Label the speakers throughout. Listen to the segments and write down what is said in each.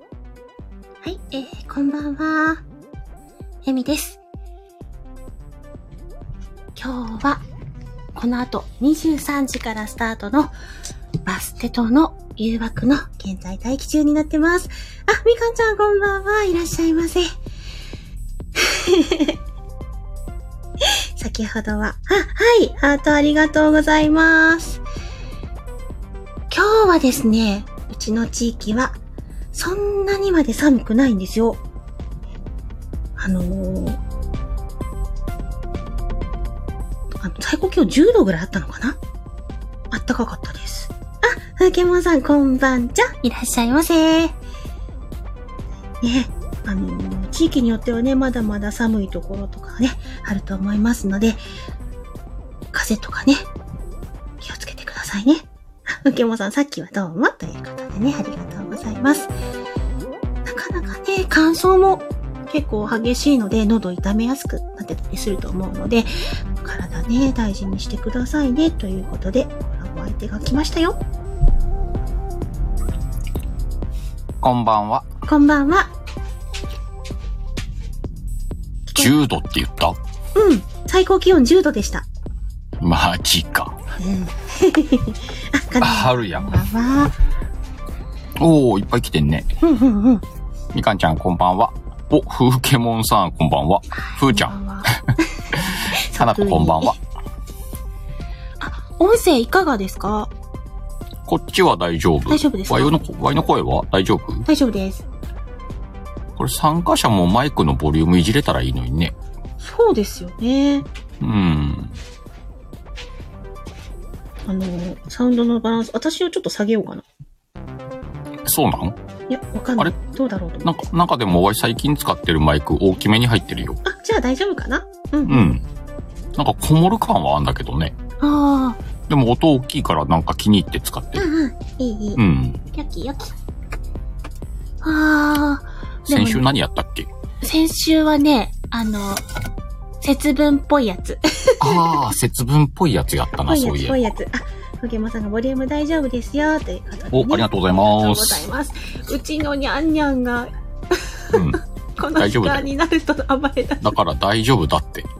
Speaker 1: はい、えー、こんばんは。エミです。今日は、この後23時からスタートのバステ島の誘惑の現在待機中になってます。あ、みかんちゃんこんばんは。いらっしゃいませ。 先ほどは、あ、はい、ハートありがとうございます。今日はですね、うちの地域は、そんなにまで寒くないんですよ。あのー、あの最高気温10度ぐらいあったのかなあったかかったです。あ、ふけもんさんこんばんちゃ。いらっしゃいませ。ね、あのー地域によってはね、まだまだ寒いところとかね、あると思いますので、風邪とかね、気をつけてくださいね。あ、うけもんさんさっきはどうもということでね、ありがとうございます。なかなかね、乾燥も結構激しいので、喉痛めやすくなってたりすると思うので、体ね、大事にしてくださいね、ということで、コラボ相手が来ましたよ。
Speaker 2: こんばんは。
Speaker 1: こんばんは。
Speaker 2: 10度って言った
Speaker 1: うん、最高気温10度でした。
Speaker 2: マジか。
Speaker 1: うん。あ、かな
Speaker 2: 春や
Speaker 1: こんばんは。
Speaker 2: おー、いっぱい来てんね。
Speaker 1: うんうんうん。
Speaker 2: みかんちゃんこんばんは。お、ふうけもんさんこんばんは。ふーちゃ
Speaker 1: ん。
Speaker 2: ん、さなここんばんは。。
Speaker 1: あ、音声いかがですか
Speaker 2: こっちは大丈夫。
Speaker 1: 大丈夫ですか
Speaker 2: わいのこ、わいの声は大丈夫
Speaker 1: 大丈夫です。
Speaker 2: これ参加者もマイクのボリュームいじれたらいいのにね。
Speaker 1: そうですよね。
Speaker 2: うん。
Speaker 1: あの、サウンドのバランス、私をちょっと下げようかな。
Speaker 2: そうなん
Speaker 1: いや、わかんない。
Speaker 2: あ
Speaker 1: どうだろうと思
Speaker 2: なん
Speaker 1: って。
Speaker 2: か、なんかでもわい最近使ってるマイク大きめに入ってるよ。
Speaker 1: あ、じゃあ大丈夫かなうん。
Speaker 2: う
Speaker 1: あ
Speaker 2: ん。なんかこもる感はあんだけどね。
Speaker 1: あ
Speaker 2: でも音大きいからなんか気に入って使って
Speaker 1: ー。
Speaker 2: る。
Speaker 1: うんうん。いいいい。
Speaker 2: うん。
Speaker 1: よきよき。ああ。でも
Speaker 2: 先週何やったっけ
Speaker 1: 先週はね、あの、節分っぽいやつ。
Speaker 2: ああ、節分っぽいやつやった
Speaker 1: ぽ
Speaker 2: な、
Speaker 1: い
Speaker 2: そ
Speaker 1: や
Speaker 2: うい
Speaker 1: つ、
Speaker 2: え
Speaker 1: ぽ
Speaker 2: ば
Speaker 1: い。やつ。あ、ふげまさんがボリューム大丈夫ですよ、ということで、ね。
Speaker 2: お、ありがとうございます。
Speaker 1: ありがとうございます。うちのにゃんにゃんが、
Speaker 2: うん。
Speaker 1: この
Speaker 2: 大
Speaker 1: 時
Speaker 2: 丈夫だ
Speaker 1: 間
Speaker 2: よ
Speaker 1: になると暴れだ
Speaker 2: だから大丈夫だって。も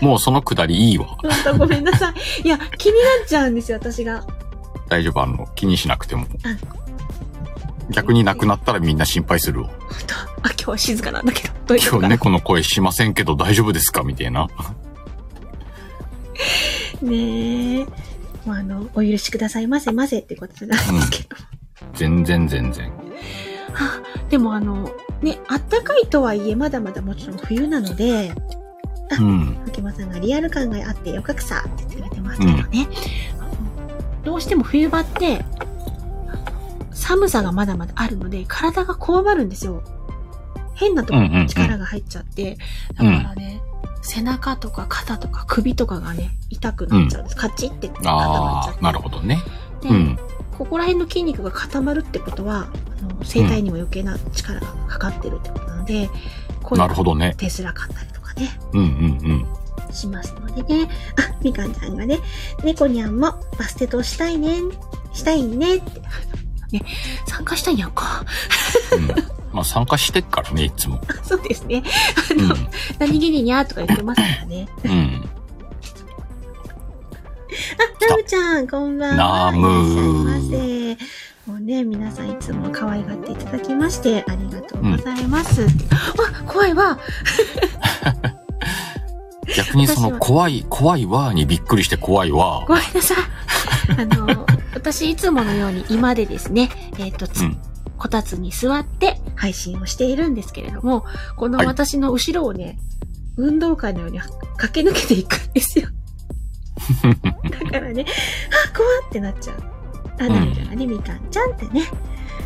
Speaker 2: う、もうそのくだりいいわ。
Speaker 1: ほんとごめんなさい。いや、気になっちゃうんですよ、私が。
Speaker 2: 大丈夫、あの、気にしなくて
Speaker 1: う
Speaker 2: も
Speaker 1: ん。
Speaker 2: 逆になくなったらみんな心配するわ。
Speaker 1: ほんとあ、今日は静かなんだけど。どういうこと
Speaker 2: 今
Speaker 1: か
Speaker 2: 日
Speaker 1: な
Speaker 2: 猫の声しませんけど大丈夫ですかみたいな。
Speaker 1: ねえ。もうあの、お許しくださいませませってことなんですけど。
Speaker 2: 全然全然。
Speaker 1: あでもあの、ね、あったかいとはいえ、まだまだもちろん冬なので、
Speaker 2: うん。
Speaker 1: 秋間さんがリアル感があってよかくさって言ってくれてますけどね。どうしても冬場って、寒さがまだまだあるので、体がこわばるんですよ。変なところに力が入っちゃって、
Speaker 2: うんうんうん
Speaker 1: だからね、背中とか肩とか首とかがね、痛くなっちゃうんです。カチって固まっちゃ
Speaker 2: あ
Speaker 1: っ
Speaker 2: あ、
Speaker 1: て。
Speaker 2: なるほどね。
Speaker 1: で
Speaker 2: うん。
Speaker 1: ここら辺の筋肉が固まるってことは、あの声帯にも余計な力がかかってるってことなので、声
Speaker 2: な
Speaker 1: が
Speaker 2: るほどね。
Speaker 1: 出づらかったりとかね、
Speaker 2: うんうん
Speaker 1: しますのでね。あ、みかんちゃんがね、猫にゃんもバステとしたいね、したいねって。ね、参加したいんやんか。
Speaker 2: うん。うん。まあ参加してっからね、いつも。
Speaker 1: あ そうですね。あ
Speaker 2: う
Speaker 1: の、
Speaker 2: ん。
Speaker 1: 何気ににゃーとか言ってますからね。
Speaker 2: うん。
Speaker 1: あ、ナムちゃん、こんばんは。
Speaker 2: ナム
Speaker 1: いらっしゃいませ。もうね、皆さんいつも可愛がっていただきまして、ありがとうございます。あ、声は、
Speaker 2: 逆にその怖い、怖いわーにびっくりして怖いわ
Speaker 1: ごめんな さい。あの、私いつものように今でですね、えっ、と、つ
Speaker 2: ー。うん。
Speaker 1: こたつに座って配信をしているんですけれども、この
Speaker 2: はい
Speaker 1: 私の後ろをね、運動会のように駆け抜けていくんですよ。だからね、あ、怖ってなっちゃう。あ、なるちゃんがね、みかんちゃんってね。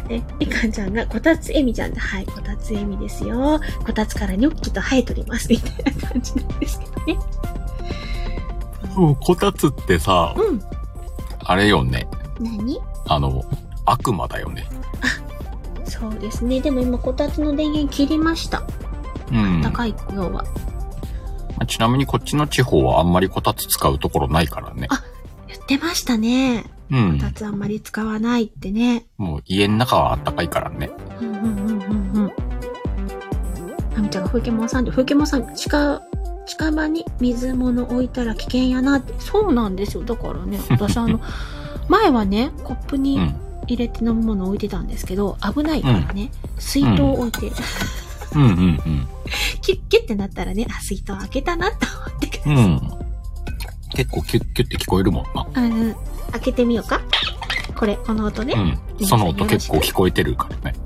Speaker 1: で、みかんちゃんが、こたつえみちゃんって、はい、こたつえみですよ。こたつからニョッキと生えとります。みたいな感じなんですけどね。
Speaker 2: うんこたつってさ、
Speaker 1: うん。
Speaker 2: あれよね。
Speaker 1: 何
Speaker 2: あの、悪魔だよね。
Speaker 1: そうですね。でも今、こたつの電源切りました。
Speaker 2: うん。
Speaker 1: 高いのは。
Speaker 2: まあちなみにこっちの地方はあんまりこたつ使うところないからね
Speaker 1: あ。言ってましたね。
Speaker 2: う
Speaker 1: こ
Speaker 2: ん。
Speaker 1: たつあんまり使わないってね。
Speaker 2: もう家の中はあったかいからね。
Speaker 1: うんうんうんうんうん。ちゃんが、ふけもんさんって、ふけもんさん、近、近場に水物置いたら危険やなって。そうなんですよ。だからね、私あの、 前はね、コップ
Speaker 2: う
Speaker 1: に
Speaker 2: ん。
Speaker 1: 入れて飲むもの置いてたんですけど、危ないからね、水筒置いて、
Speaker 2: うんうん
Speaker 1: キュッキュッってなったらね、あ、水筒開けたなって思ってくだ
Speaker 2: う
Speaker 1: さい。
Speaker 2: ん。うん。結構キュッキュッって聞こえるもんな。
Speaker 1: あの、開けてみようか。これ、この音ね。
Speaker 2: うん。その音結構聞こえてるからね。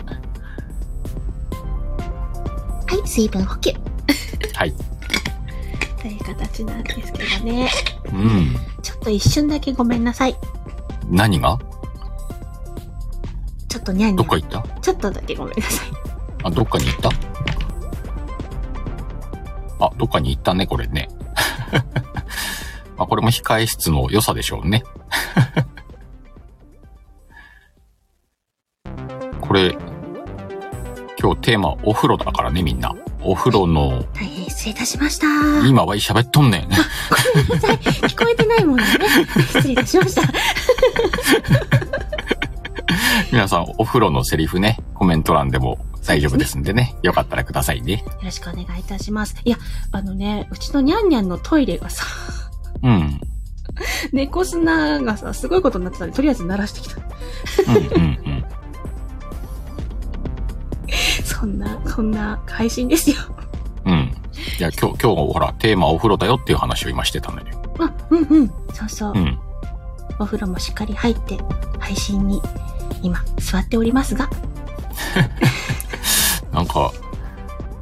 Speaker 1: はい、水分補給。
Speaker 2: はい。
Speaker 1: という形なんですけどね。
Speaker 2: うん。
Speaker 1: ちょっと一瞬だけごめんなさい。
Speaker 2: 何が
Speaker 1: ちょっとニャンニ
Speaker 2: どっ
Speaker 1: ャ
Speaker 2: か
Speaker 1: ン。
Speaker 2: 行った
Speaker 1: ちょっとだけごめんなさい。
Speaker 2: あ、どっかに行ったあ、どっかに行ったね、これね。 まあ、これも控え室の良さでしょうね。 これ、今日テーマお風呂だからね、みんな。お風呂の、
Speaker 1: 大変失礼いたしました。
Speaker 2: 今は喋っとんね ん。
Speaker 1: 聞こえてないもんね。失礼いたしました。
Speaker 2: 皆さん、お風呂のセリフね、コメント欄でも大丈夫ですんでね。よかったらくださいね。
Speaker 1: よろしくお願いいたします。いや、あのね、うちのニャンニャンのトイレがさ、
Speaker 2: うん。うん、
Speaker 1: 猫砂がさ、すごいことになってたんで、とりあえず鳴らしてきた。
Speaker 2: うん、うん。
Speaker 1: そんな、そんな配信ですよ。
Speaker 2: うん。いや、今日、今日、ほら、テーマお風呂だよっていう話を今してたのよ。
Speaker 1: あ、うんうん。そうそう。
Speaker 2: うん。
Speaker 1: お風呂もしっかり入って、配信に今座っておりますが、
Speaker 2: なんか、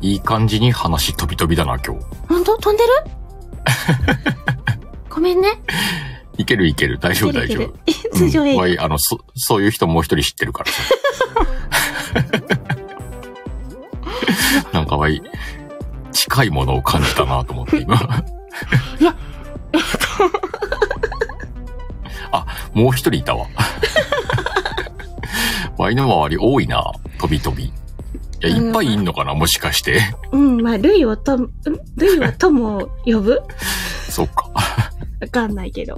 Speaker 2: いい感じに話飛び飛びだな、今日。
Speaker 1: 本当飛んで るごめんね。
Speaker 2: いけるいける、大丈夫
Speaker 1: い
Speaker 2: 大
Speaker 1: け
Speaker 2: 丈
Speaker 1: るい
Speaker 2: 夫。
Speaker 1: ける 通常営
Speaker 2: うんわ
Speaker 1: 業。
Speaker 2: いあの、そ、そういう人もう一人知ってるからさ。 なんかわい、近いものを感じたなと思って今。
Speaker 1: や
Speaker 2: あ、もう一人 いたわ。わいの周り多いな、飛び飛び。いや、いっぱいいんのかな、もしかして。
Speaker 1: うん、まあ、類をと、ん類は友を呼 ぶ
Speaker 2: そうか。
Speaker 1: わかんないけど。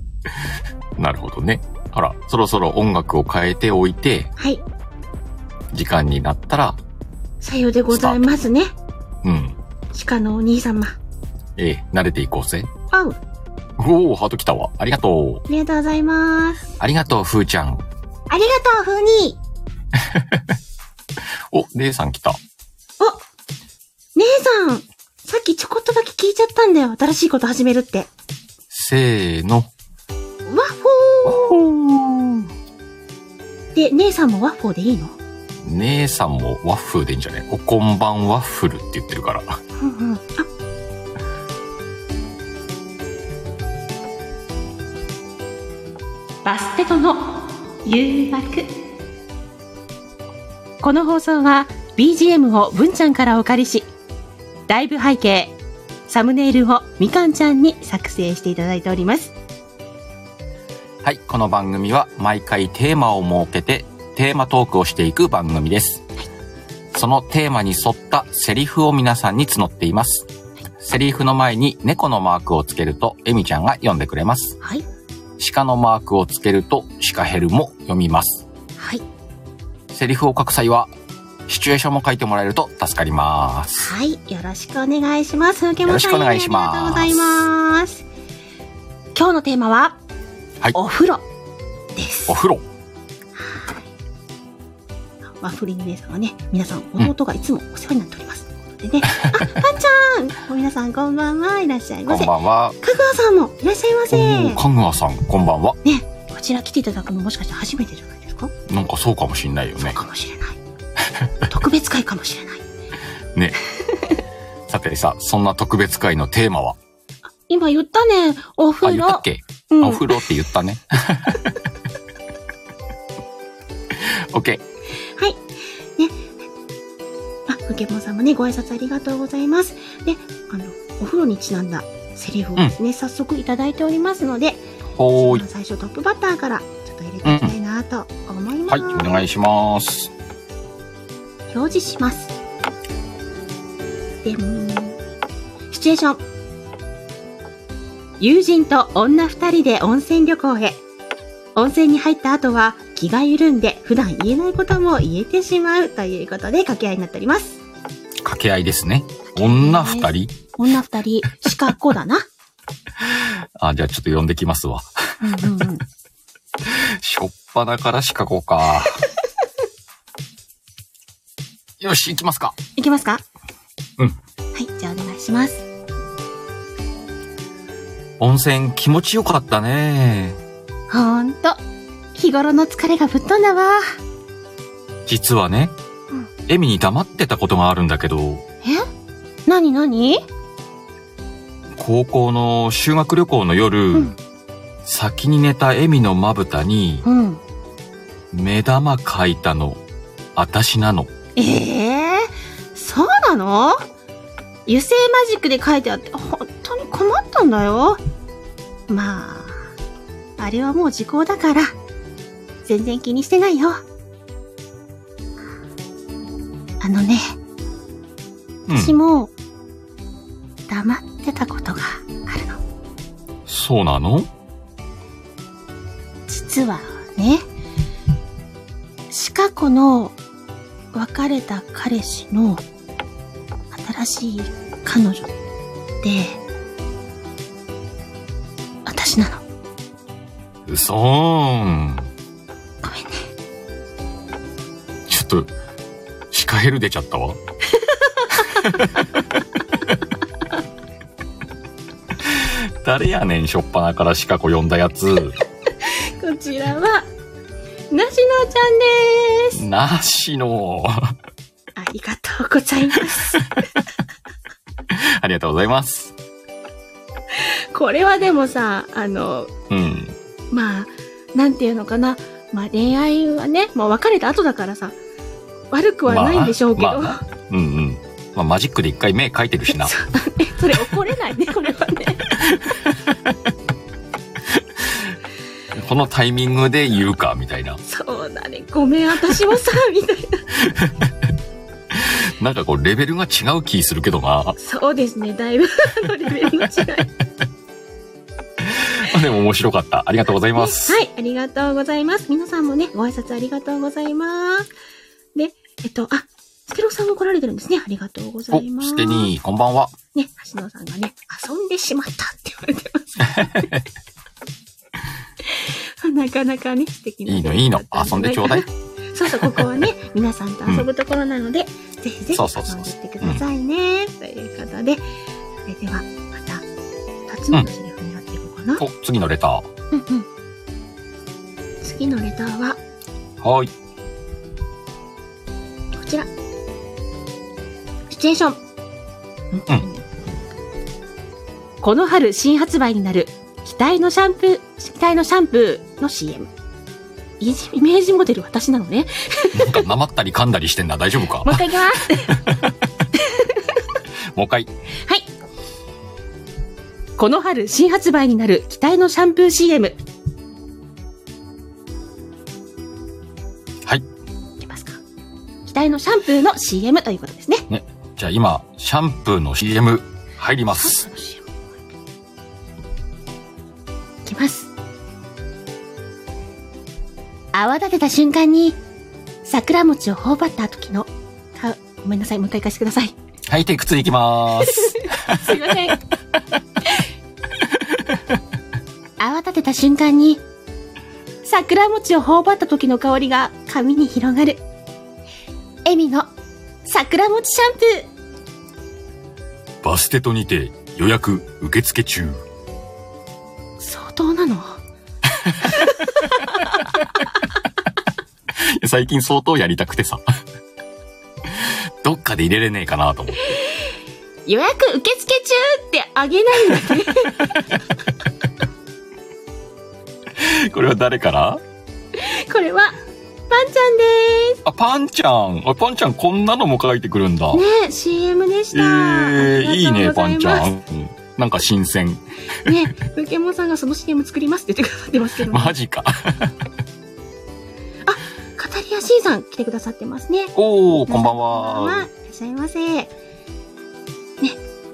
Speaker 2: なるほどね。あら、そろそろ音楽を変えておいて、
Speaker 1: はい。
Speaker 2: 時間になったら、
Speaker 1: さようでございますね。
Speaker 2: うん、
Speaker 1: 鹿のお兄様。
Speaker 2: ええ、慣れていこうぜ。
Speaker 1: わう。あ
Speaker 2: おお、ハート来たわ。ありがとう。
Speaker 1: りがとうございます。
Speaker 2: ありがとう、ふーちゃん。
Speaker 1: ありがとう、ふうに。
Speaker 2: お、姉さん来た。
Speaker 1: 姉さん、さっきちょこっとだけ聞いちゃったんだよ。新しいこと始めるって。
Speaker 2: せーの。
Speaker 1: ワッフォーで、姉さんもワッフォーでいいの
Speaker 2: 姉さんもワッフルでいいんじゃないおこんばんワッフルって言ってるから。
Speaker 1: うんうん。あ、バステとの誘惑この放送は BGM を文ちゃんからお借りしライブ背景サムネイルをみかんちゃんに作成していただいております
Speaker 2: はい、この番組は毎回テーマを設けてテーマトークをしていく番組です。そのテーマに沿ったセリフを皆さんに募っています。セリフの前に猫のマークをつけるとエミちゃんが読んでくれます。
Speaker 1: はい
Speaker 2: 鹿のマークをつけるとシカヘルも読みます。
Speaker 1: はい
Speaker 2: セリフを書く際はシチュエーションも書いてもらえると助かります。
Speaker 1: はいよろしくお願いします受けまし
Speaker 2: よろしくお願いします
Speaker 1: ありがとうございます今日のテーマは、
Speaker 2: はい
Speaker 1: お風呂です
Speaker 2: お風呂。
Speaker 1: ワッフリン姉さんはね、皆さん、弟がいつもお世話になっております。と いうことでね、あ、パンちゃん皆さん、こんばんは。いらっしゃい
Speaker 2: こ
Speaker 1: ま
Speaker 2: ん
Speaker 1: せ。
Speaker 2: ば
Speaker 1: か
Speaker 2: んは。
Speaker 1: ぐわさんもいらっしゃいま
Speaker 2: お
Speaker 1: せ。
Speaker 2: ー、
Speaker 1: こ
Speaker 2: かぐわさん、こんばんは。
Speaker 1: ちら来ていただくのもしかして初めてじゃないですか
Speaker 2: なんかそうかもしんないよ
Speaker 1: そう
Speaker 2: ね。
Speaker 1: かもしれない。特別会かもしれない。
Speaker 2: さてさ、そんな特別会のテーマは
Speaker 1: 今言ったね、お
Speaker 2: あ、
Speaker 1: 風
Speaker 2: 言った
Speaker 1: 呂
Speaker 2: っ。け、
Speaker 1: うん
Speaker 2: お風呂って言ったね。 オッケー。
Speaker 1: はい。ね。あ、ふけもんさんもね、ご挨拶ありがとうございます。で、あの、お風呂にちなんだセリフをね、早速いただいておりますので、
Speaker 2: ほーい。
Speaker 1: 最初トップバッターからちょっと入れていきたいなと思いま
Speaker 2: はい、
Speaker 1: す、
Speaker 2: お願いします。
Speaker 1: 表示しますでんシチュエーション友人と女二人で温泉旅行へ温泉に入った後は気が緩んで普段言えないことも言えてしまうということで掛け合いになっております
Speaker 2: 掛掛け合いですね。女二人
Speaker 1: 女二人、四角だな。
Speaker 2: あ、じゃあちょっと呼んできますわ。
Speaker 1: うんうんうん。
Speaker 2: しょっぱなからシカゴか。 よし、行きますか。
Speaker 1: いきますか
Speaker 2: うん
Speaker 1: はい、じゃあお願いします。
Speaker 2: 温泉気持ちよかったね。
Speaker 1: ほんと。日頃の疲れがぶっ飛んだわ。
Speaker 2: 実はね
Speaker 1: うん、
Speaker 2: エミに黙ってたことがあるんだけど、
Speaker 1: えなになに
Speaker 2: 高校の修学旅行の夜、
Speaker 1: うん
Speaker 2: 先に寝たエミのまぶたに
Speaker 1: うん。
Speaker 2: 目玉描いたの、あたしなの。
Speaker 1: ええそうなの油性マジックで書いてあって、本当に困ったんだよ。まあ、あれはもう時効だから、全然気にしてないよ。あのね、
Speaker 2: う
Speaker 1: 私
Speaker 2: ん、
Speaker 1: も、黙ってたことがあるの。
Speaker 2: そうなの
Speaker 1: 実はね、シカ子の別れた彼氏の新しい彼女って、私なの。
Speaker 2: うそーん。
Speaker 1: ごめんね。
Speaker 2: ちょっと、シカヘル出ち ゃったわ。誰やねん、しょっぱなからシカ子呼んだやつ。
Speaker 1: こちらは、なしのちゃんです。
Speaker 2: なしの。
Speaker 1: ありがとうござい ます。
Speaker 2: ありがとうございます。
Speaker 1: これはでもさ、あの、
Speaker 2: うん。
Speaker 1: まあ、なんていうのかな。まあ恋愛はね、まあ別れた後だからさ、悪くはないんでしょうけど。
Speaker 2: まあまあうんうん。まあ、マジックで一回目描いてるしな。
Speaker 1: そうえ それ怒れない ね、これはね。
Speaker 2: このタイミングで言うか、みたいな。
Speaker 1: そうだね。ごめん、私もさ、みたいな。
Speaker 2: なんかこう、レベルが違う気するけどな。
Speaker 1: そうですね。だいぶ、あの、レベルの違い。
Speaker 2: でも面白かった。ありがとうございます。
Speaker 1: はい、ありがとうございます。皆さんもね、ご挨拶ありがとうございます。で、えっと、あ、スケロさんも来られてるんですね。ありがとうござい
Speaker 2: お、
Speaker 1: ます。
Speaker 2: ステニー、こんばんは。
Speaker 1: ね、橋野さんがね、遊んでしまったって言われて ます。 なかなかね、素敵な。
Speaker 2: いいのいいの遊んでちょうだい。
Speaker 1: そうそう、ここ はね、皆さんと遊ぶところなので、ぜひぜひ
Speaker 2: そうそう
Speaker 1: 遊
Speaker 2: そ
Speaker 1: ん
Speaker 2: う
Speaker 1: でい
Speaker 2: そ
Speaker 1: ってくださいね。ということで、それでは、また、二つ目のセリフになっていこうかな。
Speaker 2: お、次のレター。
Speaker 1: うんうん。次のレターは、
Speaker 2: はーい。
Speaker 1: こちら。シチュエーション。
Speaker 2: うん
Speaker 1: この春新発売になる、期待のシャンプー、期待のシャンプーの CM。イジイメージモデル私なの ね。
Speaker 2: なんか、なまったり噛んだりしてんな。大丈夫か
Speaker 1: もう一回いきます。
Speaker 2: もう一回。
Speaker 1: はい。この春新発売になる期待のシャンプー CM。
Speaker 2: はい。
Speaker 1: いきますか。期待のシャンプーの CM ということですね。
Speaker 2: じゃあ今、シャンプーの CM 入ります。
Speaker 1: いきます。泡立てた瞬間に、桜餅を頬張った時の、か、ごめんなさい、もう一回行かせてください。
Speaker 2: はい、テイク2いきまー す。
Speaker 1: すいませ ん。泡立てた瞬間に、桜餅を頬張った時の香りが髪に広がる。エミの桜餅シャンプー。
Speaker 2: バステトにて予約受付中。
Speaker 1: 相当なの
Speaker 2: 最近相当やりたくてさ。どっかで入れれねえかなと思って。
Speaker 1: 予約受付中ってあげないん だね。
Speaker 2: これは誰から
Speaker 1: これは、パンちゃんで
Speaker 2: あ、パンちゃん。あパンちゃんこんなのも書いてくるんだ。
Speaker 1: す。ね CM でした。
Speaker 2: えー、
Speaker 1: あ
Speaker 2: い
Speaker 1: り
Speaker 2: い
Speaker 1: がとう
Speaker 2: ね、
Speaker 1: ござ
Speaker 2: パンち
Speaker 1: ま
Speaker 2: ゃ
Speaker 1: す
Speaker 2: ん。うんなんか新鮮。
Speaker 1: ねウケモンさんがその CM 作りますって言ってくださってますけど、ね、
Speaker 2: マジか。
Speaker 1: カタリア C さん来てくださってますね。
Speaker 2: おー、こんばん
Speaker 1: こんばん
Speaker 2: は。
Speaker 1: いらっしゃいませ。ね、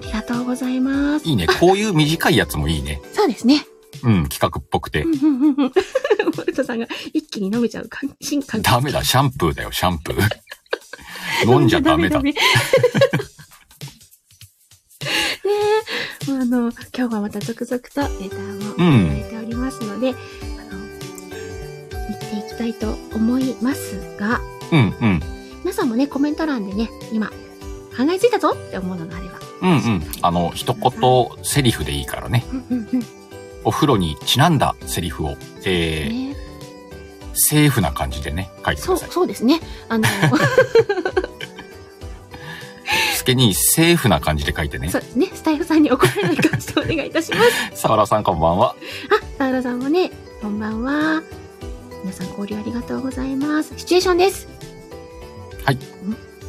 Speaker 1: ありがとうございます。
Speaker 2: いいね。こういう短いやつもいいね。
Speaker 1: そうですね。
Speaker 2: うん、企画っぽくて
Speaker 1: う。んうんうんうん。モルトさんが一気に飲めちゃう感新感
Speaker 2: ダメだ、シャンプーだよ、シャンプー。飲んじゃダメだ。
Speaker 1: ダメもうあの、今日はまた続々とレター
Speaker 2: う
Speaker 1: もいただい。て
Speaker 2: ん
Speaker 1: おりますので、あの、見ていきたいと思いますが、
Speaker 2: うんうん。
Speaker 1: 皆さんもね、コメント欄でね、今、考えついたぞって思うのがあれば。
Speaker 2: うんうん。あの、一言セリフでいいからね。
Speaker 1: うんうんうん。
Speaker 2: お風呂にちなんだセリフを、えー、
Speaker 1: ね、
Speaker 2: セーフな感じでね、書いてく
Speaker 1: そう、
Speaker 2: ださい。
Speaker 1: そうですね。あ の、
Speaker 2: スケにセーフな感じで書いてね
Speaker 1: そ。うね、スタイフさんに怒られない感じでお願いいたします。
Speaker 2: サワラさんこんばんは。
Speaker 1: あ、サウラさんもね、こんばんは。皆さん交流ありがとうございます。シチュエーションです。
Speaker 2: はい
Speaker 1: ん。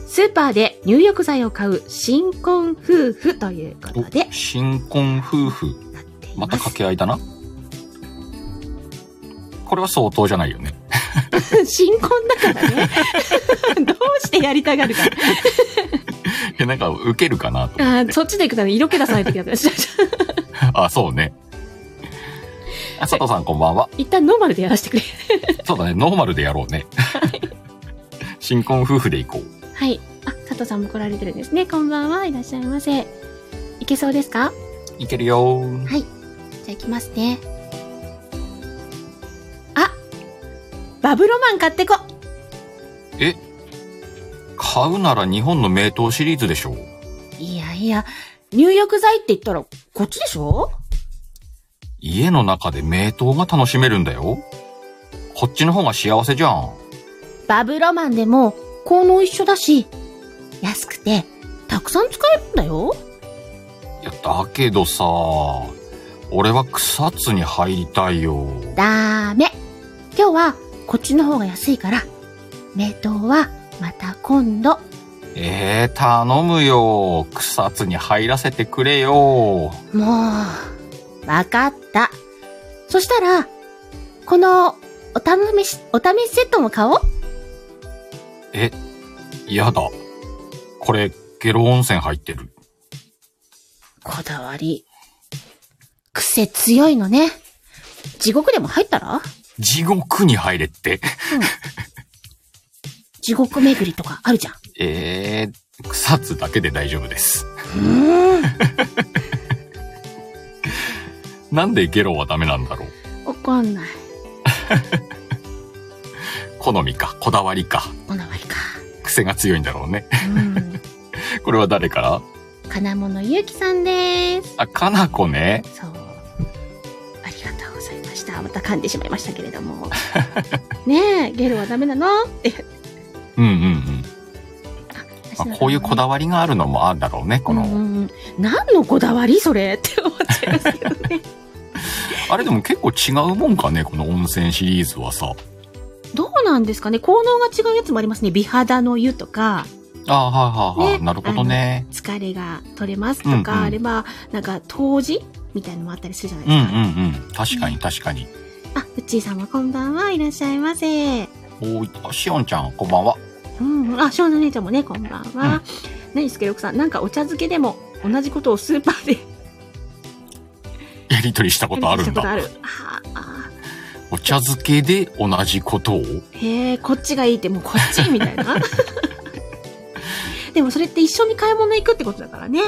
Speaker 1: スーパーで入浴剤を買う新婚夫婦ということで
Speaker 2: お、新婚夫婦。
Speaker 1: なっていま
Speaker 2: また
Speaker 1: す。
Speaker 2: 掛け合いだな。これは相当じゃないよね。
Speaker 1: 新婚だからね。 どうしてやりたがるか。
Speaker 2: え、なんか受けるかなと。
Speaker 1: あーそっちで行くために色気出さないといけ なくなっちゃう。
Speaker 2: あ、そうね。あ佐藤さんこんばんは。
Speaker 1: 一旦ノーマルでやらせてくれ。
Speaker 2: そうだね、ノーマルでやろうね。 新婚夫婦で行こう。
Speaker 1: はい。あ、佐藤さんも来られてるんですね。こんばんは。いらっしゃいませ。いけそうですか
Speaker 2: いけるよー。
Speaker 1: じゃあ行きますね。あバブロマン買ってこ
Speaker 2: 買うなら日本の名刀シリーズでしょう。
Speaker 1: いやいや、入浴剤って言ったらこっちでしょ
Speaker 2: 家の中で名刀が楽しめるんだよ。こっちの方が幸せじゃん。
Speaker 1: バブロマンでも効能一緒だし、安くてたくさん使えるんだよ。
Speaker 2: いや、だけどさ、俺は草津に入りたいよ。
Speaker 1: ダメ今日はこっちの方が安いから、名刀はまた今度。
Speaker 2: ええー、頼むよ。草津に入らせてくれよ。
Speaker 1: もう、わかった。そしたら、この、お試し、お試しセットも買おう
Speaker 2: やだ。これ、ゲロ温泉入ってる。
Speaker 1: こだわり。癖強いのね。地獄でも入ったら
Speaker 2: 地獄に入れって。
Speaker 1: 地獄巡りとかあるじゃん。
Speaker 2: ええー、草津だけで大丈夫です。
Speaker 1: うーん。
Speaker 2: なんでゲロはダメなんだろう。
Speaker 1: わかんない。
Speaker 2: 好みか、こだわりか。
Speaker 1: おなわりか。
Speaker 2: 癖が強いんだろうね。
Speaker 1: うん。
Speaker 2: これは誰から
Speaker 1: 金物ゆうきさんです。
Speaker 2: あ、かなこね。
Speaker 1: そう。ありがとうございました。また噛んでしまいましたけれど も。ねえ、ゲルはダメなのって。
Speaker 2: うんうんうん。
Speaker 1: 私
Speaker 2: ま
Speaker 1: の
Speaker 2: あ、こういうこだ
Speaker 1: わ
Speaker 2: わりがあるのもあるんだろうね。この、
Speaker 1: うんうん、何のこだわりそれって思っちゃいますけどね。
Speaker 2: あれでも結構違うもんかね、この温泉シリーズはさ。
Speaker 1: どうなんですかね効能が違うやつもありますね。美肌の湯とか。
Speaker 2: あーはいはいはい、
Speaker 1: ね
Speaker 2: なるほどね。
Speaker 1: 疲れが取れますと
Speaker 2: うんうん
Speaker 1: かあれば、なんか湯治みたいのもあったりするじゃない
Speaker 2: うんう
Speaker 1: ですか。
Speaker 2: んうん。確かに確かに。
Speaker 1: あ、うっちーさんもこんばんはいらっしゃいませ。
Speaker 2: おい、あしおんちゃん、こんばんは。
Speaker 1: うん、あ、少女姉ちゃんもね、こんばんは。何すけろくさん、なんかお茶漬けでも同じことをスーパーで
Speaker 2: やりとりしたことあるん
Speaker 1: や
Speaker 2: だ。
Speaker 1: りとりしたことある。ああ
Speaker 2: お茶漬けで同じことを
Speaker 1: へえ、こっちがいいってもうこっちみたい な。でもそれって一緒に買い物行くってことだからね。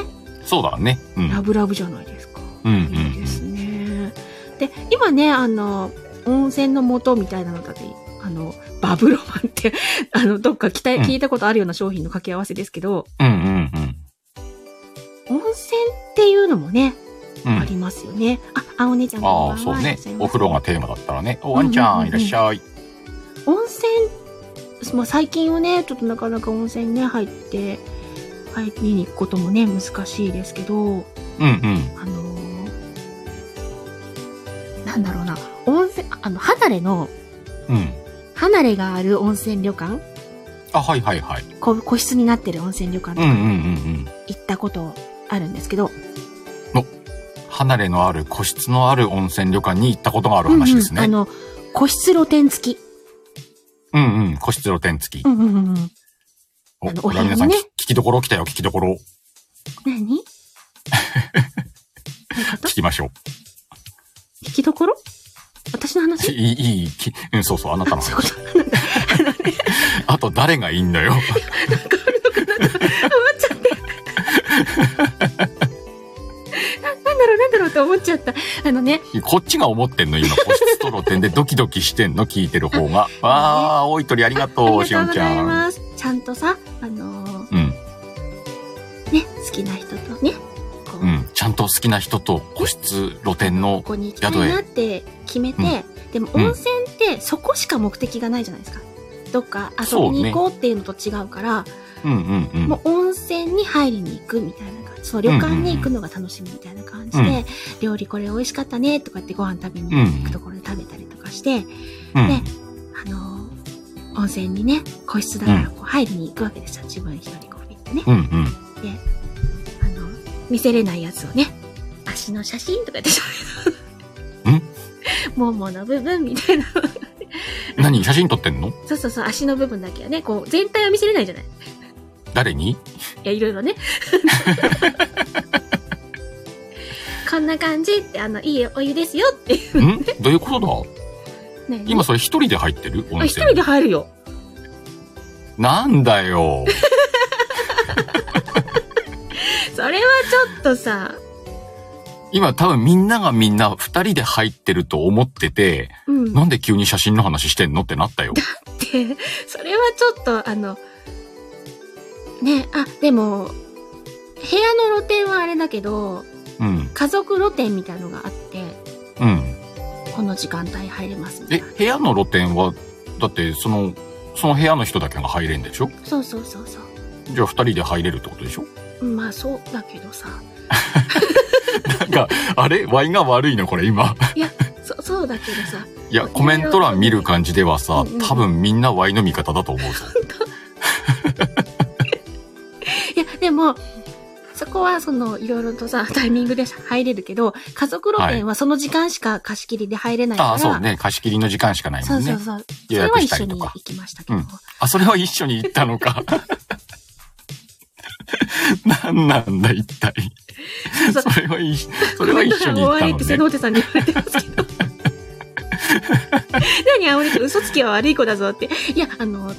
Speaker 2: そうだね。うん。
Speaker 1: ラブラブじゃないですか。
Speaker 2: うんうん
Speaker 1: いいですね。で、今ね、あの、温泉の素みたいなのだって、あの、バブロマンって、あの、どっか聞いた
Speaker 2: うん
Speaker 1: 聞いたことあるような商品の掛け合わせですけど、
Speaker 2: うん。うんうんうん。
Speaker 1: 温泉っていうのもね、
Speaker 2: うん
Speaker 1: ありますよね。あ、あ、お姉ちゃんこんばんは
Speaker 2: ああ、そう
Speaker 1: いら
Speaker 2: ね
Speaker 1: っしゃい。ま
Speaker 2: お
Speaker 1: せ
Speaker 2: 風呂がテーマだったらね。お、あんちゃ
Speaker 1: うんうんうんう
Speaker 2: ん、い
Speaker 1: ん
Speaker 2: らっしゃい。
Speaker 1: 温泉、まあ、最近はね、ちょっとなかなか温泉ね、入って、入りに行くこともね、難しいですけど、
Speaker 2: うんうん。
Speaker 1: あのー、なんだろうな、温泉、あの、離れの、
Speaker 2: うん。
Speaker 1: 離れがある温泉旅館
Speaker 2: あ、はいはいはい。
Speaker 1: こ個室になってる温泉旅館
Speaker 2: う
Speaker 1: と
Speaker 2: んうん
Speaker 1: か
Speaker 2: うん
Speaker 1: 行ったことあるんですけど、
Speaker 2: うん。離れのある個室のある温泉旅館に行ったことがある話です
Speaker 1: うんう
Speaker 2: ね
Speaker 1: ん。あの、個室露天付き。
Speaker 2: うんうん。個室露天付き
Speaker 1: う。んうんうんうん。
Speaker 2: お、
Speaker 1: あの
Speaker 2: これは
Speaker 1: お部屋
Speaker 2: 皆
Speaker 1: に
Speaker 2: さん、
Speaker 1: ね
Speaker 2: 聞きどころ来たよ、聞きどころ。
Speaker 1: 何どういうこと
Speaker 2: 聞きましょう。
Speaker 1: 聞きどころ私の
Speaker 2: い
Speaker 1: 話
Speaker 2: い、いい、きうん、そうそう、あなた
Speaker 1: あ、
Speaker 2: の
Speaker 1: そういう
Speaker 2: 話。
Speaker 1: ことなんだ。
Speaker 2: あと誰がいいんだ よ。
Speaker 1: なんかあるのかなと思っちゃって。なんと思っちゃった。あのね、
Speaker 2: こっちが思ってんの、今、個室と露店でドキドキしてんの、聞いてる方が。ああ、大い鳥ありがと
Speaker 1: あ
Speaker 2: う、
Speaker 1: り
Speaker 2: しお
Speaker 1: がとうご
Speaker 2: んち
Speaker 1: ざい
Speaker 2: ゃん。
Speaker 1: ます。ちゃんとさ、あのー
Speaker 2: うん、
Speaker 1: ね、好きな人とね、こう、
Speaker 2: う
Speaker 1: こ
Speaker 2: ん。ちゃんと好きな人と個室露店の、
Speaker 1: こに行きたいなって決めて、でも温泉ってそこしか目的がないじゃないですか。どっか遊びに行こうっていうのと違うから、
Speaker 2: うんうんうん。
Speaker 1: もう温泉に入りに行くみたいな感じ。そう、旅館に行くのが楽しみみたいな感じで、
Speaker 2: うんうんう
Speaker 1: 料理これ美味しかったねとか言ってご飯食べに行くところで食べたりとかして、
Speaker 2: うん
Speaker 1: ねあのー温泉にね、個室だからこう入りに行くわけですよ。自分一人こう見てね。
Speaker 2: うんうん。
Speaker 1: あの、見せれないやつをね、足の写真とか言ってしま
Speaker 2: ん
Speaker 1: ももの部分みたいな。
Speaker 2: 何写真撮ってんの
Speaker 1: そうそうそう、足の部分だけはね、こう、全体は見せれないじゃない。い
Speaker 2: 誰に
Speaker 1: や、いろいろね。こんな感じって、あの、いいお湯ですよっていう。
Speaker 2: んどういうことだ
Speaker 1: ね、
Speaker 2: 今それ一人で入ってる
Speaker 1: あ、
Speaker 2: 温
Speaker 1: 一
Speaker 2: 泉
Speaker 1: 人で入るよ。
Speaker 2: なんだよ。
Speaker 1: それはちょっとさ、
Speaker 2: 今多分みんながみんな二人で入ってると思ってて、
Speaker 1: うん。
Speaker 2: なんで急に写真の話してんのってなったよ。
Speaker 1: って、それはちょっと、あの、ね、あ、でも、部屋の露店はあれだけど、
Speaker 2: うん。
Speaker 1: 家族露店みたいのがあって、
Speaker 2: うん。
Speaker 1: この時間帯入れますみた
Speaker 2: え、
Speaker 1: いな。
Speaker 2: 部屋の露店は、だってその、その部屋の人だけが入れんでしょ
Speaker 1: そうそうそうそう
Speaker 2: じゃあ二人で入れるってことでしょ
Speaker 1: うん。まあそうだけどさ。
Speaker 2: なんか、あれワインが悪いのこれ今。
Speaker 1: そそうだけどさ。
Speaker 2: いや、コメント欄見る感じではさ
Speaker 1: うんうん、
Speaker 2: 多分みんなワインの味方だと思うぞ。
Speaker 1: いや、でも、そこはその、いろいろとさ、 タイミングで入れるけど、家族露店はその時間しか貸し切りで入れないから。
Speaker 2: ああ、そうね。貸し切りの時間しかない
Speaker 1: そ
Speaker 2: も
Speaker 1: うんそ
Speaker 2: ね
Speaker 1: う。そう。そ
Speaker 2: 予
Speaker 1: れ
Speaker 2: 約
Speaker 1: は
Speaker 2: し
Speaker 1: 一
Speaker 2: た
Speaker 1: 緒
Speaker 2: りと
Speaker 1: に
Speaker 2: か
Speaker 1: 行。きましたけど。
Speaker 2: うんあ、それは一緒に行ったのか。 なんなんだ、一体。
Speaker 1: そう
Speaker 2: それは一緒、 それは一緒に
Speaker 1: 終
Speaker 2: 行った
Speaker 1: わ
Speaker 2: の
Speaker 1: りって瀬
Speaker 2: ね
Speaker 1: 能。手さんに言われてますけど。 何あおりくん嘘つきは悪い子だぞって。いや、あの、はい、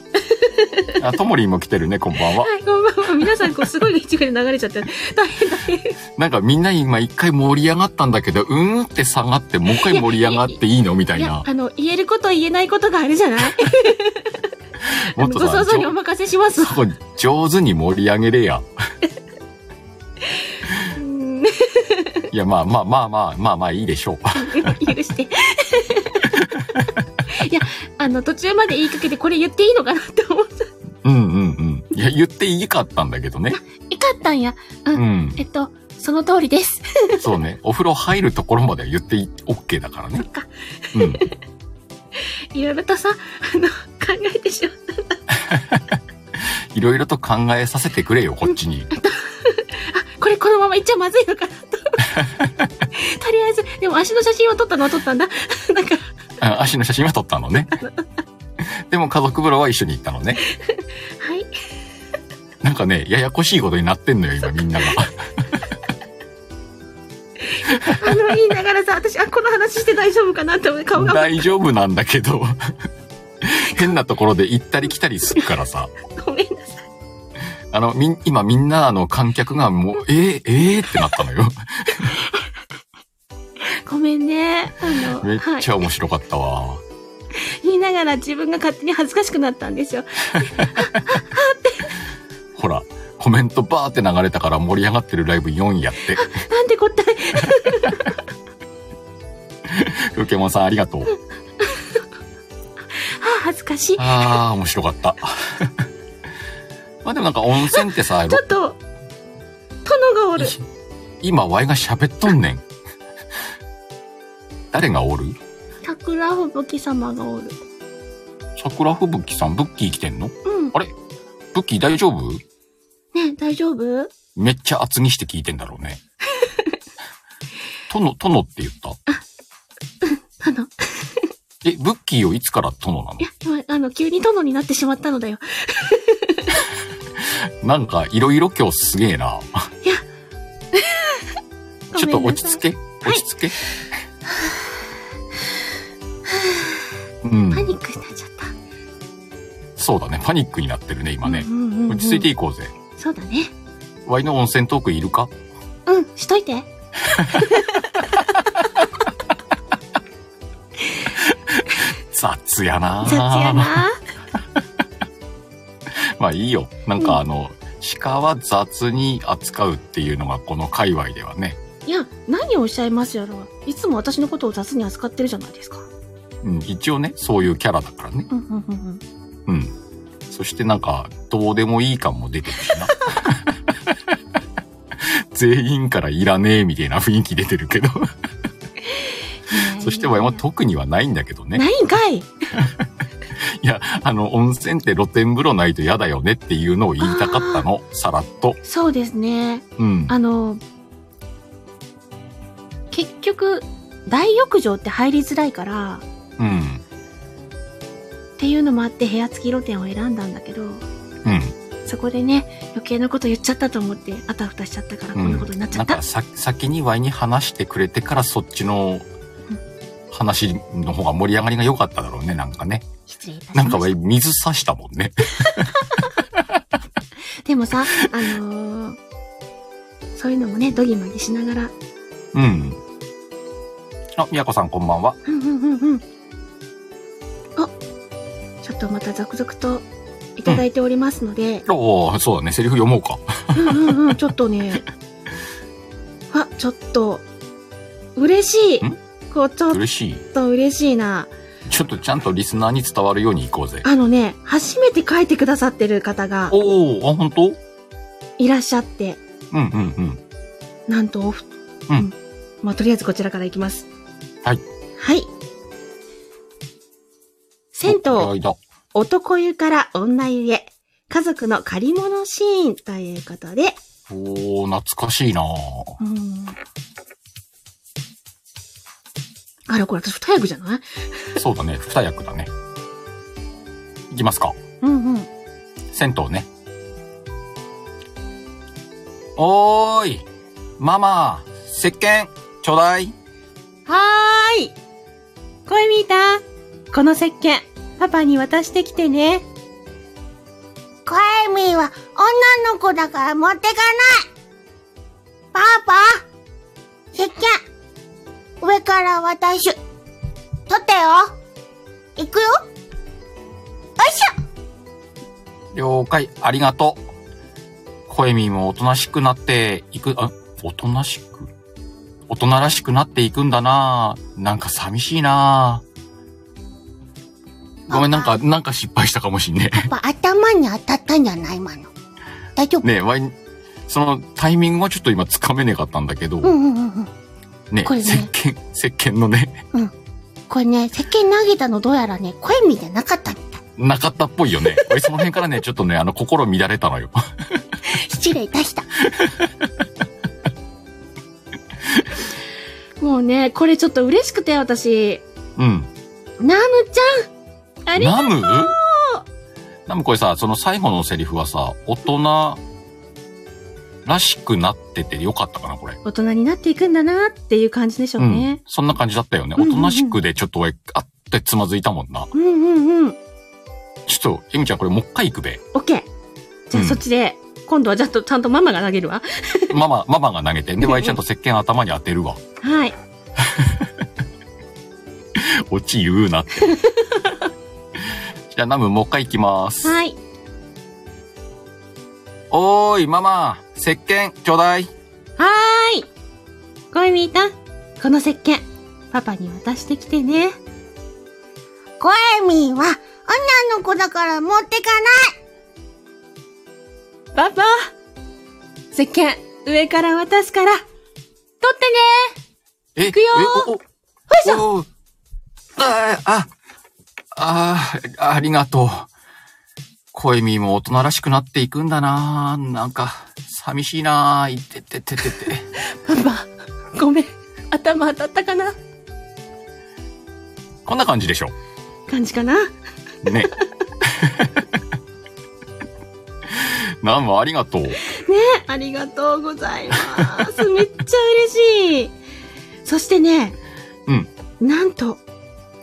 Speaker 2: あ、ともりんも来てるね、こんばんは。
Speaker 1: こんばんは。皆さん、こう、すごい一部で流れちゃって、大変大変。
Speaker 2: なんかみんな今一回盛り上がったんだけど、うーんって下がって、もう一回盛り上がっていいのみたい
Speaker 1: いや
Speaker 2: な、。
Speaker 1: あの、言えること言えないことがあるじゃないあ
Speaker 2: も
Speaker 1: の
Speaker 2: っと
Speaker 1: ご
Speaker 2: さ、
Speaker 1: 想像にお
Speaker 2: 上
Speaker 1: 任せします。
Speaker 2: そこ上手に盛り上げれや。
Speaker 1: うん
Speaker 2: いや、まあまあまあまあ、まあまあいいでしょう。
Speaker 1: 許して。いや、あの、途中まで言いかけて、これ言っていいのかなって思った。
Speaker 2: うんうんうん。いや、言っていかったんだけどね。
Speaker 1: いかったんや。
Speaker 2: うん。
Speaker 1: えっと、その通りです。
Speaker 2: そうね。お風呂入るところまでは言ってい OK だからね。うん。
Speaker 1: いろいろとさ、あの、考えてしまう。
Speaker 2: いろいろと考えさせてくれよ、こっち に。
Speaker 1: あ、これこのままいっちゃまずいのかな と。とりあえず、でも足の写真を撮ったのは撮ったんだ。 なんか、
Speaker 2: あ足の写真は撮ったの ね。でも家族風呂は一緒に行ったのね。
Speaker 1: はい。
Speaker 2: なんかね、ややこしいことになってんのよ、今みんなが。
Speaker 1: あの、言いながらさ、私、あ、この話して大丈夫かなって思って、顔 が、
Speaker 2: 大丈夫なんだ けど。変なところで行ったり来たりするからさ。
Speaker 1: ごめんなさい。
Speaker 2: あの、みん、今みんなあの観客がもう、えー、えー、ってなった のよ。
Speaker 1: ごめんね。あの、
Speaker 2: めっ
Speaker 1: はい
Speaker 2: ち。ゃ面白かったわ。
Speaker 1: 言いながら自分が勝手に恥ずかしくなったんですよ。
Speaker 2: ほら、コメントバーって流れたから盛り上がってるライブ4や って。
Speaker 1: なんて答え、
Speaker 2: うけもんさんありがとう。
Speaker 1: あ、恥ずかしい。ち
Speaker 2: ああ、面白かった。 まあでもなんか温泉っ て
Speaker 1: ょ
Speaker 2: さ、
Speaker 1: っと、殿がおる。
Speaker 2: 今、ワイが喋っとんねん。誰がおる
Speaker 1: 桜吹雪様がおる。
Speaker 2: 桜吹雪さん、ブッキー来てん
Speaker 1: う
Speaker 2: の
Speaker 1: ん。
Speaker 2: ブッキー大丈夫
Speaker 1: ね、大丈夫
Speaker 2: めっちゃ厚着して聞いてんだろうね。殿、殿って言った
Speaker 1: 殿。
Speaker 2: え、ブッキーをいつから殿ない
Speaker 1: や、今、あの、急に殿になってしまったのだよ。
Speaker 2: のなんか、いろいろ今日すげえな。ちょっと落ち着
Speaker 1: け。
Speaker 2: け。落ち 着け。うん
Speaker 1: パ。ニックになっちゃった。
Speaker 2: そうだね。パニックになってるね、今ね。
Speaker 1: うんうんうんうん
Speaker 2: 落ち着いていこうぜ。
Speaker 1: そうだね。
Speaker 2: ワイの温泉トークいるか
Speaker 1: うん、しといて。
Speaker 2: 雑やな
Speaker 1: 雑やな。
Speaker 2: まあいいよ。なんかあの、鹿は雑に扱うっていうのがこの界隈ではね。
Speaker 1: いや、何をおっしゃいますやら。いつも私のことを雑に扱ってるじゃないですか。
Speaker 2: うん、一応ね、そういうキャラだからね。
Speaker 1: うんうんうんうん。
Speaker 2: うん。そしてなんか、どうでもいい感も出てるし な。全員からいらねえみたいな雰囲気出てるけど。 そしては今特にはないんだけどね。
Speaker 1: ないんかい
Speaker 2: いや、あの、温泉って露天風呂ないと嫌だよねっていうのを言いたかったの、さらっと。
Speaker 1: そうですね。
Speaker 2: うん。
Speaker 1: あの、結局、大浴場って入りづらいから、
Speaker 2: うん。
Speaker 1: っていうのもあって部屋付き露店を選んだんだけど、
Speaker 2: うん。
Speaker 1: そこでね、余計なこと言っちゃったと思って、あたふたしちゃったから、こんなことになっちゃ
Speaker 2: な
Speaker 1: っ
Speaker 2: ん
Speaker 1: た。
Speaker 2: かさ先にワイに話してくれてからそっちの話の方が盛り上がりが良かっただろうね、なんかね。
Speaker 1: 失礼いたしました。
Speaker 2: なんかワイ水差したもんね。
Speaker 1: でもさ、あのーそういうのもね、ドギマギしながら、
Speaker 2: うん。あ、みやこさんこんばんは。
Speaker 1: うんうんうんうん。あ、ちょっとまた続々といただいておりますので、
Speaker 2: おおそうだね、セリフ読もうか。
Speaker 1: うんうん うん、ちょっとね、あ、ちょっと、嬉しい
Speaker 2: ん。
Speaker 1: こう、ちょっ
Speaker 2: 嬉しい。
Speaker 1: と嬉しいな。
Speaker 2: ちょっとちゃんとリスナーに伝わるようにいこうぜ。
Speaker 1: あのね、初めて書いてくださってる方が
Speaker 2: おおあ、本当うん
Speaker 1: いらっしゃって、
Speaker 2: うんうん。
Speaker 1: なんとおふ、
Speaker 2: うん
Speaker 1: まあ、とりあえずこちらからいきます。
Speaker 2: はい。
Speaker 1: はい。銭湯。
Speaker 2: お意外だ
Speaker 1: 男湯から女湯へ、家族の借り物シーンということで、
Speaker 2: おお懐かしいなぁ
Speaker 1: うん。あら、これ私二役じゃない
Speaker 2: そうだね、二役だね。いきますか。
Speaker 1: うんうん。
Speaker 2: 銭湯ね。おーい、ママ、石鹸、ちょうだい。
Speaker 1: はーい声見たこの石鹸、パパに渡してきてね。
Speaker 3: カエミーは女の子だから持ってかないパパ石鹸上から私取ってよ行くよよいしょ
Speaker 2: 了解、ありがとう。声みもおとなしくなっていく、あ、おとなしくおとならしくなっていくんだなぁなんか寂しいなぁごめん、なんか、なんか失敗したかもしんねえ。
Speaker 3: パパ頭に当たったんじゃない今の大丈夫、
Speaker 2: ねえ、ワイン、そのタイミングはちょっと今つかめねかったんだけど、
Speaker 3: うんうんうんうん
Speaker 2: ね
Speaker 3: これね
Speaker 2: 石鹸、石鹸のね、
Speaker 3: これね石鹸投げたのどうやらねカエミーじゃなかったみたい
Speaker 2: なかったっぽいよね。俺その辺からね、ちょっとね、あの、心乱れ たのよ。
Speaker 3: 失礼いたした
Speaker 1: もうね、これちょっと嬉しくて、私。
Speaker 2: うん。
Speaker 1: ナムちゃんあり
Speaker 2: ナムナムこれさ、その最後のセリフはさ、大人らしくなっててよかったかな、これ。
Speaker 1: 大人になっていくんだなっていう感じでしょうね。
Speaker 2: そんな感じだったよね。
Speaker 1: うん
Speaker 2: お
Speaker 1: うんうん
Speaker 2: となしくでちょっと俺、あってつまずいたもんな。
Speaker 1: うん、うん、うんうん。
Speaker 2: ちょっと、エミちゃんこれもう一回行くべ。
Speaker 1: オッケー。じゃあ
Speaker 2: うん
Speaker 1: そっちで、今度はちゃんと、ちゃんとママが投げるわ。
Speaker 2: ママ、ママが投げて。で、ワイちゃんと石鹸頭に当てるわ。
Speaker 1: はい。
Speaker 2: オチ言うなって。 じゃあ、ナムもう一回行きます。
Speaker 1: はい。
Speaker 2: おーい、ママ、石鹸ちょうだい。
Speaker 1: はーい。恋人、この石鹸、パパに渡してきてね。
Speaker 3: カエミーは女の子だから持ってかない
Speaker 1: パパ石鹸、上から渡すから、取ってね
Speaker 2: え、
Speaker 1: くよー
Speaker 2: えおおおうあーあ、あー、ありがとう。声みも大人らしくなっていくんだななんか、寂しいなぁ。いててててて。
Speaker 1: パパ、ごめん、頭当たったかな
Speaker 2: こんな感じでしょ。
Speaker 1: 感じかな
Speaker 2: ね。なんもありがとう。
Speaker 1: ありがとうございます。めっちゃ嬉しい。そしてね、
Speaker 2: うん。
Speaker 1: なんと、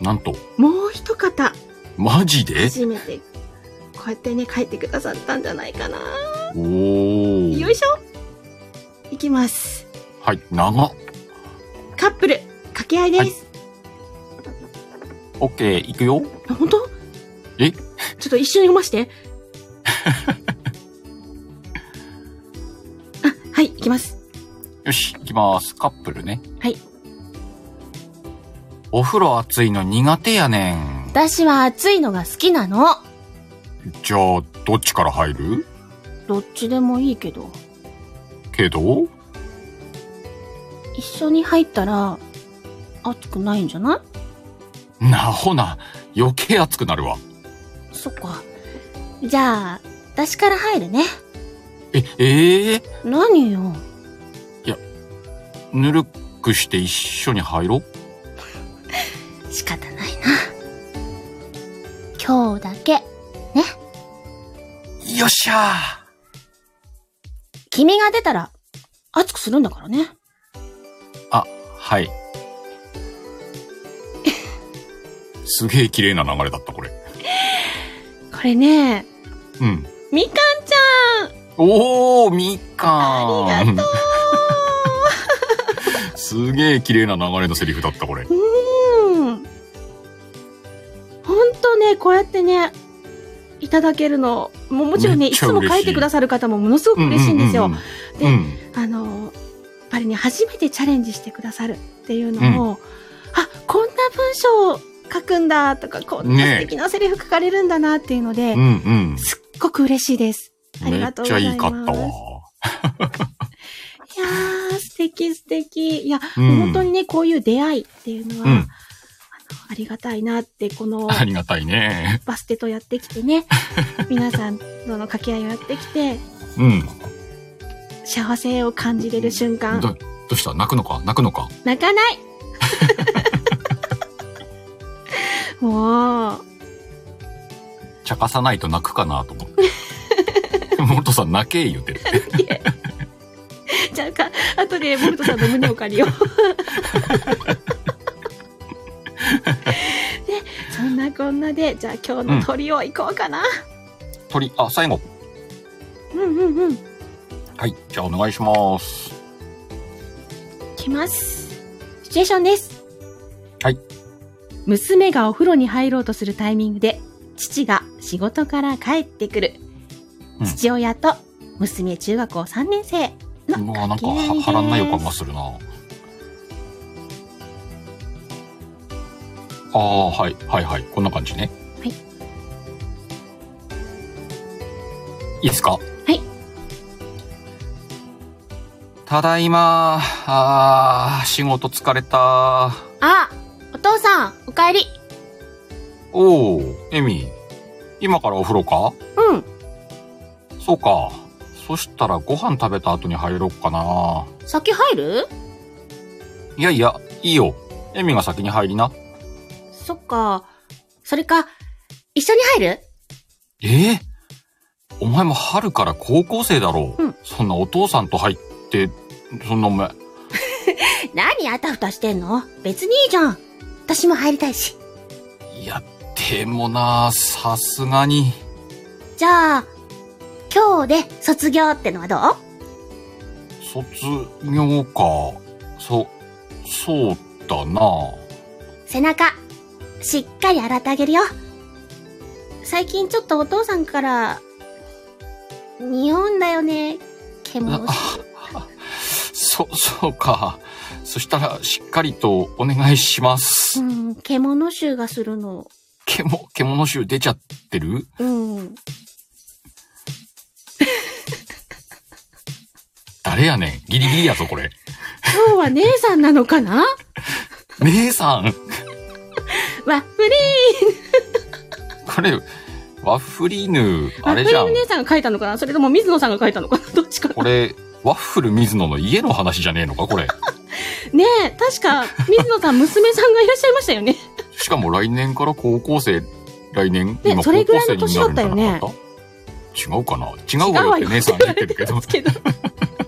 Speaker 2: なんと、
Speaker 1: もう一方、
Speaker 2: マジで
Speaker 1: 初めて、こうやってね、書いてくださったんじゃないかな。
Speaker 2: おー
Speaker 1: よいしょいきます。
Speaker 2: はい、長っ。
Speaker 1: カップル、掛け合いです。
Speaker 2: オッケー、いくよ。
Speaker 1: あ、本当
Speaker 2: え
Speaker 1: ちょっと一緒に読ま して。あ、はい、いきます。
Speaker 2: よし、行きます。カップルね。
Speaker 1: はい。
Speaker 2: お風呂熱いの苦手やねん。
Speaker 1: 私は暑いのが好きなの。
Speaker 2: じゃあ、どっちから入る
Speaker 1: どっちでもいいけど。
Speaker 2: けど
Speaker 1: 一緒に入ったら、暑くないんじゃな
Speaker 2: なほな、余計熱くなるわ。
Speaker 1: いそっか。じゃあ、私から入るね。
Speaker 2: え、ええ
Speaker 1: 何よ。
Speaker 2: ぬるっくして一緒に入ろう。
Speaker 1: 仕方ないな。今日だけ、
Speaker 2: よっしゃ
Speaker 1: 君が出たら、暑くするんだからね。
Speaker 2: ーあ、 はい。すげえ綺麗な流れだった、これ。
Speaker 1: これね、
Speaker 2: うん。
Speaker 1: みかんちゃん
Speaker 2: おー、みかん
Speaker 1: ありがと
Speaker 2: う すげえ綺麗な流れのセリフだった、これ。
Speaker 1: うん。ほんとね、こうやってね、いただけるの、もうもちろんね、い
Speaker 2: めっちゃ
Speaker 1: つも書いてくださる方もものすごく嬉しいんですよ。
Speaker 2: うんうんうんうん
Speaker 1: あの、やっぱりね、初めてチャレンジしてくださるっていうのを、あ、こんな文章を書くんだとか、こんな
Speaker 2: ねえ
Speaker 1: 素敵なセリフ書かれるんだなっていうので、
Speaker 2: うんうん
Speaker 1: すっごく嬉しいです。あり
Speaker 2: め
Speaker 1: が
Speaker 2: っ
Speaker 1: とうご
Speaker 2: ちゃ
Speaker 1: ざいま
Speaker 2: いい
Speaker 1: す
Speaker 2: かったわ。
Speaker 1: いやー、素敵素敵。いや、
Speaker 2: うん
Speaker 1: 本当にね、こういう出会いっていうのは、
Speaker 2: うん
Speaker 1: あのありがたいなって、この、
Speaker 2: ありがたいね。
Speaker 1: バステとやってきて ね、皆さんとの掛け合いをやってきて、
Speaker 2: うん。
Speaker 1: 幸せを感じれる瞬間、
Speaker 2: ど、どうした泣くのか泣くのか
Speaker 1: 泣か ないもう、
Speaker 2: 茶化さないと泣くかなと思って。 モルトさん泣け言うてる。
Speaker 1: じゃあか、後でボルトさんの胸を借り よう。ね、そんなこんなで、じゃあ今日の鳥を行こうかな。
Speaker 2: 鳥、あ、最後。
Speaker 1: うん、うん、うん。
Speaker 2: はい。じゃあお願いします。
Speaker 1: きます。シチュエーションです。
Speaker 2: はい。
Speaker 1: 娘がお風呂に入ろうとするタイミングで、父が仕事から帰ってくる。
Speaker 2: うん
Speaker 1: 父親と娘中学校3年生
Speaker 2: う
Speaker 1: の
Speaker 2: わな
Speaker 1: 掛
Speaker 2: んか
Speaker 1: け合いです。
Speaker 2: はらんない予感がするな。ああ、はい、はい、はい。こんな感じね。
Speaker 1: はい。
Speaker 2: いいですかはいただいまあー、仕事疲れた
Speaker 3: あ、お父さん、お帰り。
Speaker 2: おお、エミ。今からお風呂か
Speaker 3: うん。
Speaker 2: そうか。そしたらご飯食べた後に入ろっかな。
Speaker 3: 先入る
Speaker 2: いやいや、いいよ。エミが先に入りな。
Speaker 3: そっか。それか、一緒に入る
Speaker 2: ええお前も春から高校生だろう。
Speaker 3: うん
Speaker 2: そんなお父さんと入って、そんなお前、
Speaker 3: 何あたふたしてんの別にいいじゃん。私も入りたいし。
Speaker 2: いや、でもな、さすがに。
Speaker 3: じゃあ、今日で卒業ってのはどう
Speaker 2: 卒業か。そ、そうだな。
Speaker 3: 背中、しっかり洗ってあげるよ。最近ちょっとお父さんから、匂うんだよね。
Speaker 2: あ
Speaker 3: 獣。
Speaker 2: あそ、そうか。そしたら、しっかりとお願いしま
Speaker 3: う
Speaker 2: す。
Speaker 3: ん、獣臭がするの。
Speaker 2: 獣、獣臭出ちゃってる
Speaker 3: うん。
Speaker 2: 誰やねん。ギリギリやぞ、これ。
Speaker 1: 今日は姉さんなのかな
Speaker 2: 姉さん
Speaker 1: ワッフリ
Speaker 2: これ、ワッフリーヌ、
Speaker 1: ー
Speaker 2: あ
Speaker 1: ワ
Speaker 2: れ
Speaker 1: ッフリ
Speaker 2: じゃ
Speaker 1: ー
Speaker 2: ん
Speaker 1: の。姉さんが書いたのかなそれとも水野さんが書いたのかなどっちかな
Speaker 2: これ、ワッフル水野の家の話じゃねえのか、これ。
Speaker 1: ねえ、確か、水野さん、娘さんがいらっしゃいましたよね。
Speaker 2: しかも来年から高校生、来年、
Speaker 1: ね
Speaker 2: 今高
Speaker 1: そ
Speaker 2: 校
Speaker 1: れぐらいの
Speaker 2: 生に
Speaker 1: 年
Speaker 2: な
Speaker 1: だ
Speaker 2: る
Speaker 1: っ
Speaker 2: んじ
Speaker 1: た
Speaker 2: ゃ
Speaker 1: よ
Speaker 2: な
Speaker 1: ね
Speaker 2: かった違うかな違うわよって姉さん言ってるけど。
Speaker 1: 違う
Speaker 2: い
Speaker 1: わよって言われてますけど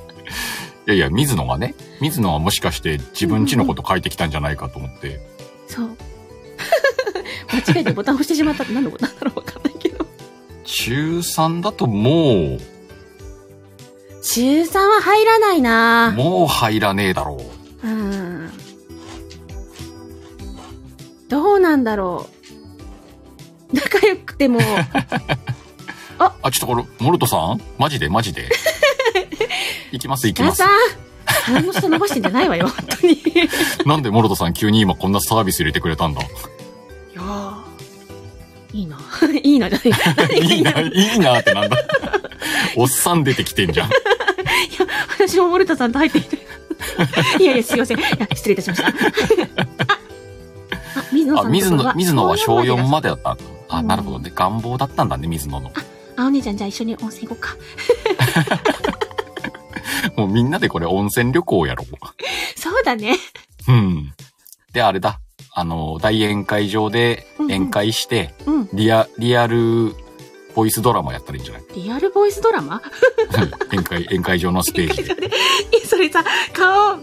Speaker 2: やいや、水野がね、水野はもしかして自分家のこと書いてきたんじゃないかと思って。
Speaker 1: そう。 間違えてボタン押してしまったって何のことなんだろうわかんないけど。
Speaker 2: 中3だともう、
Speaker 1: 中3は入らないな
Speaker 2: もう入らねえだろう。
Speaker 1: うん。どうなんだろう。仲良くて も、
Speaker 2: あ、ちょっとこれ、モルトさんマジでマ ジで。行きます行き
Speaker 1: 皆
Speaker 2: ます
Speaker 1: さ。ん、鼻の下伸ばしてんじゃないわよ、本当に。いや
Speaker 2: なんでモルトさん急に今こんなサービス入れてくれたんだ
Speaker 1: ーいいな。 いいな、何何がい
Speaker 2: い
Speaker 1: い
Speaker 2: い
Speaker 1: な
Speaker 2: な、。いいなって なんだ。おっさん出てきてんじゃん。
Speaker 1: 私も森田さんと入って きて。いやいや、すいません。いや失礼いたしました。あ、あ水野
Speaker 2: あ、
Speaker 1: さんのところは
Speaker 2: 水野、水野は小4
Speaker 1: だ
Speaker 2: までだったんだ。あ、なるほどね。願望だったんだね、水野の。
Speaker 1: あ、お姉ちゃん、じゃあ一緒に温泉行こうか。
Speaker 2: もうみんなでこれ温泉旅行やろ
Speaker 1: そうだね。
Speaker 2: う。うん。で、あれだ。あの、大宴会場で
Speaker 1: うんうん
Speaker 2: 宴会して、
Speaker 1: うん。
Speaker 2: リア、リアル、ボイスドラマやったらいいんじゃない
Speaker 1: リアルボイスドラマ
Speaker 2: 宴 会、宴会場のステージで。
Speaker 1: えそれさ、顔、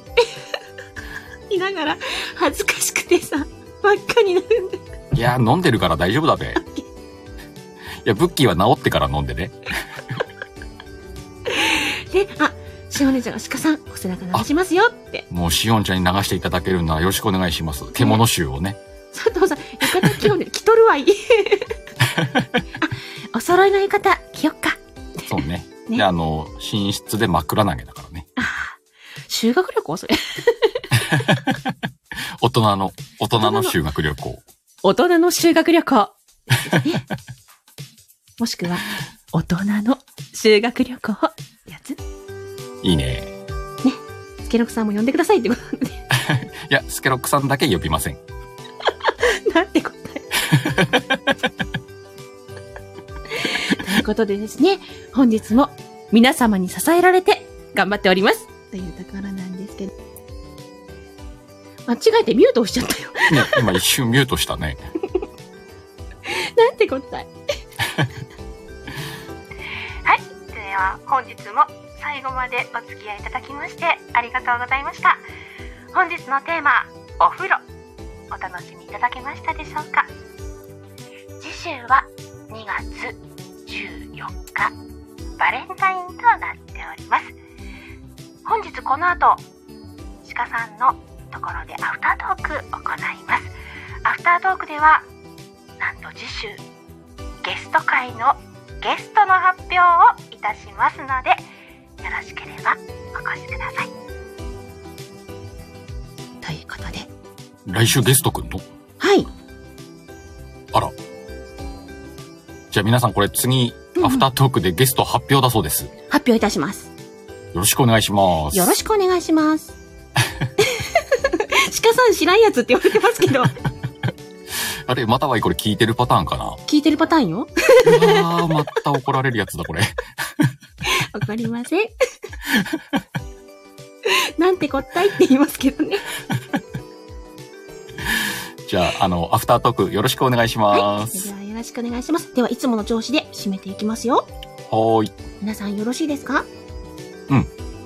Speaker 1: 見ながら恥ずかしくてさ、真っ赤になるんだ。
Speaker 2: いや、飲んでるから大丈夫だべ。いや、ブッキーは治ってから飲んでね。
Speaker 1: で、あ、しお姉ちゃんが鹿さん、お背中流しますよって。
Speaker 2: もうしおんちゃんに流していただけるならよろしくお願いします。獣臭をね。
Speaker 1: 佐藤さん、浴衣着ようね。着とるわ い。あ、お揃いの浴衣着よっか。
Speaker 2: そうね。
Speaker 1: ね
Speaker 2: で、あの、寝室で枕投げだからね。
Speaker 1: 修学旅行それ。
Speaker 2: 大人の、大人の修学旅行。
Speaker 1: 大人の修学旅行。 もしくは、大人の修学旅行。やつ
Speaker 2: いいね。
Speaker 1: スケロクさんも呼んでくださいってことなんで。
Speaker 2: いや、スケロックさんだけ呼びません。
Speaker 1: なんて答え。ということでですね、本日も皆様に支えられて頑張っております。というところなんですけど。間違えてミュート押しちゃったよ。
Speaker 2: ね、今一瞬ミュートしたね。
Speaker 1: なんて答え。
Speaker 4: はい、では本日も最後までお付き合いいただきましてありがとうございました。本日のテーマ、お風呂。お楽しみいただけましたでしょうか次週は2月14日、バレンタインとなっております。本日この後、鹿さんのところでアフタートークを行います。アフタートークでは、なんと次週、ゲスト会のゲストの発表をいたしますのでよろしければお越しください
Speaker 1: ということで。
Speaker 2: 来週ゲストくんの
Speaker 1: はい。
Speaker 2: あら。じゃあ皆さんこれ次、アフタートークでゲスト発表だそうです。よ
Speaker 1: 発表いたします。
Speaker 2: ろしくお願いします。
Speaker 1: よろしくお願いします。鹿さん知らんやつって言われてますけど、
Speaker 2: あれ、またはいこれ聞いてるパターンかな
Speaker 1: 聞いてるパターンよ。
Speaker 2: うわー、また怒られるやつだこれ。
Speaker 1: わかりません。なんてこったいって言いますけどね。
Speaker 2: じゃあ、あの、アフタートークよろしくお願いしま
Speaker 1: それ
Speaker 2: す
Speaker 1: で。はよろしくお願いします。では、いつもの調子で締めていきますよ。
Speaker 2: はーい。
Speaker 1: 皆さんよろしいですか
Speaker 2: うん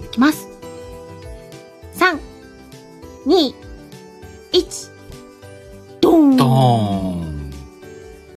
Speaker 1: いきます。3、2、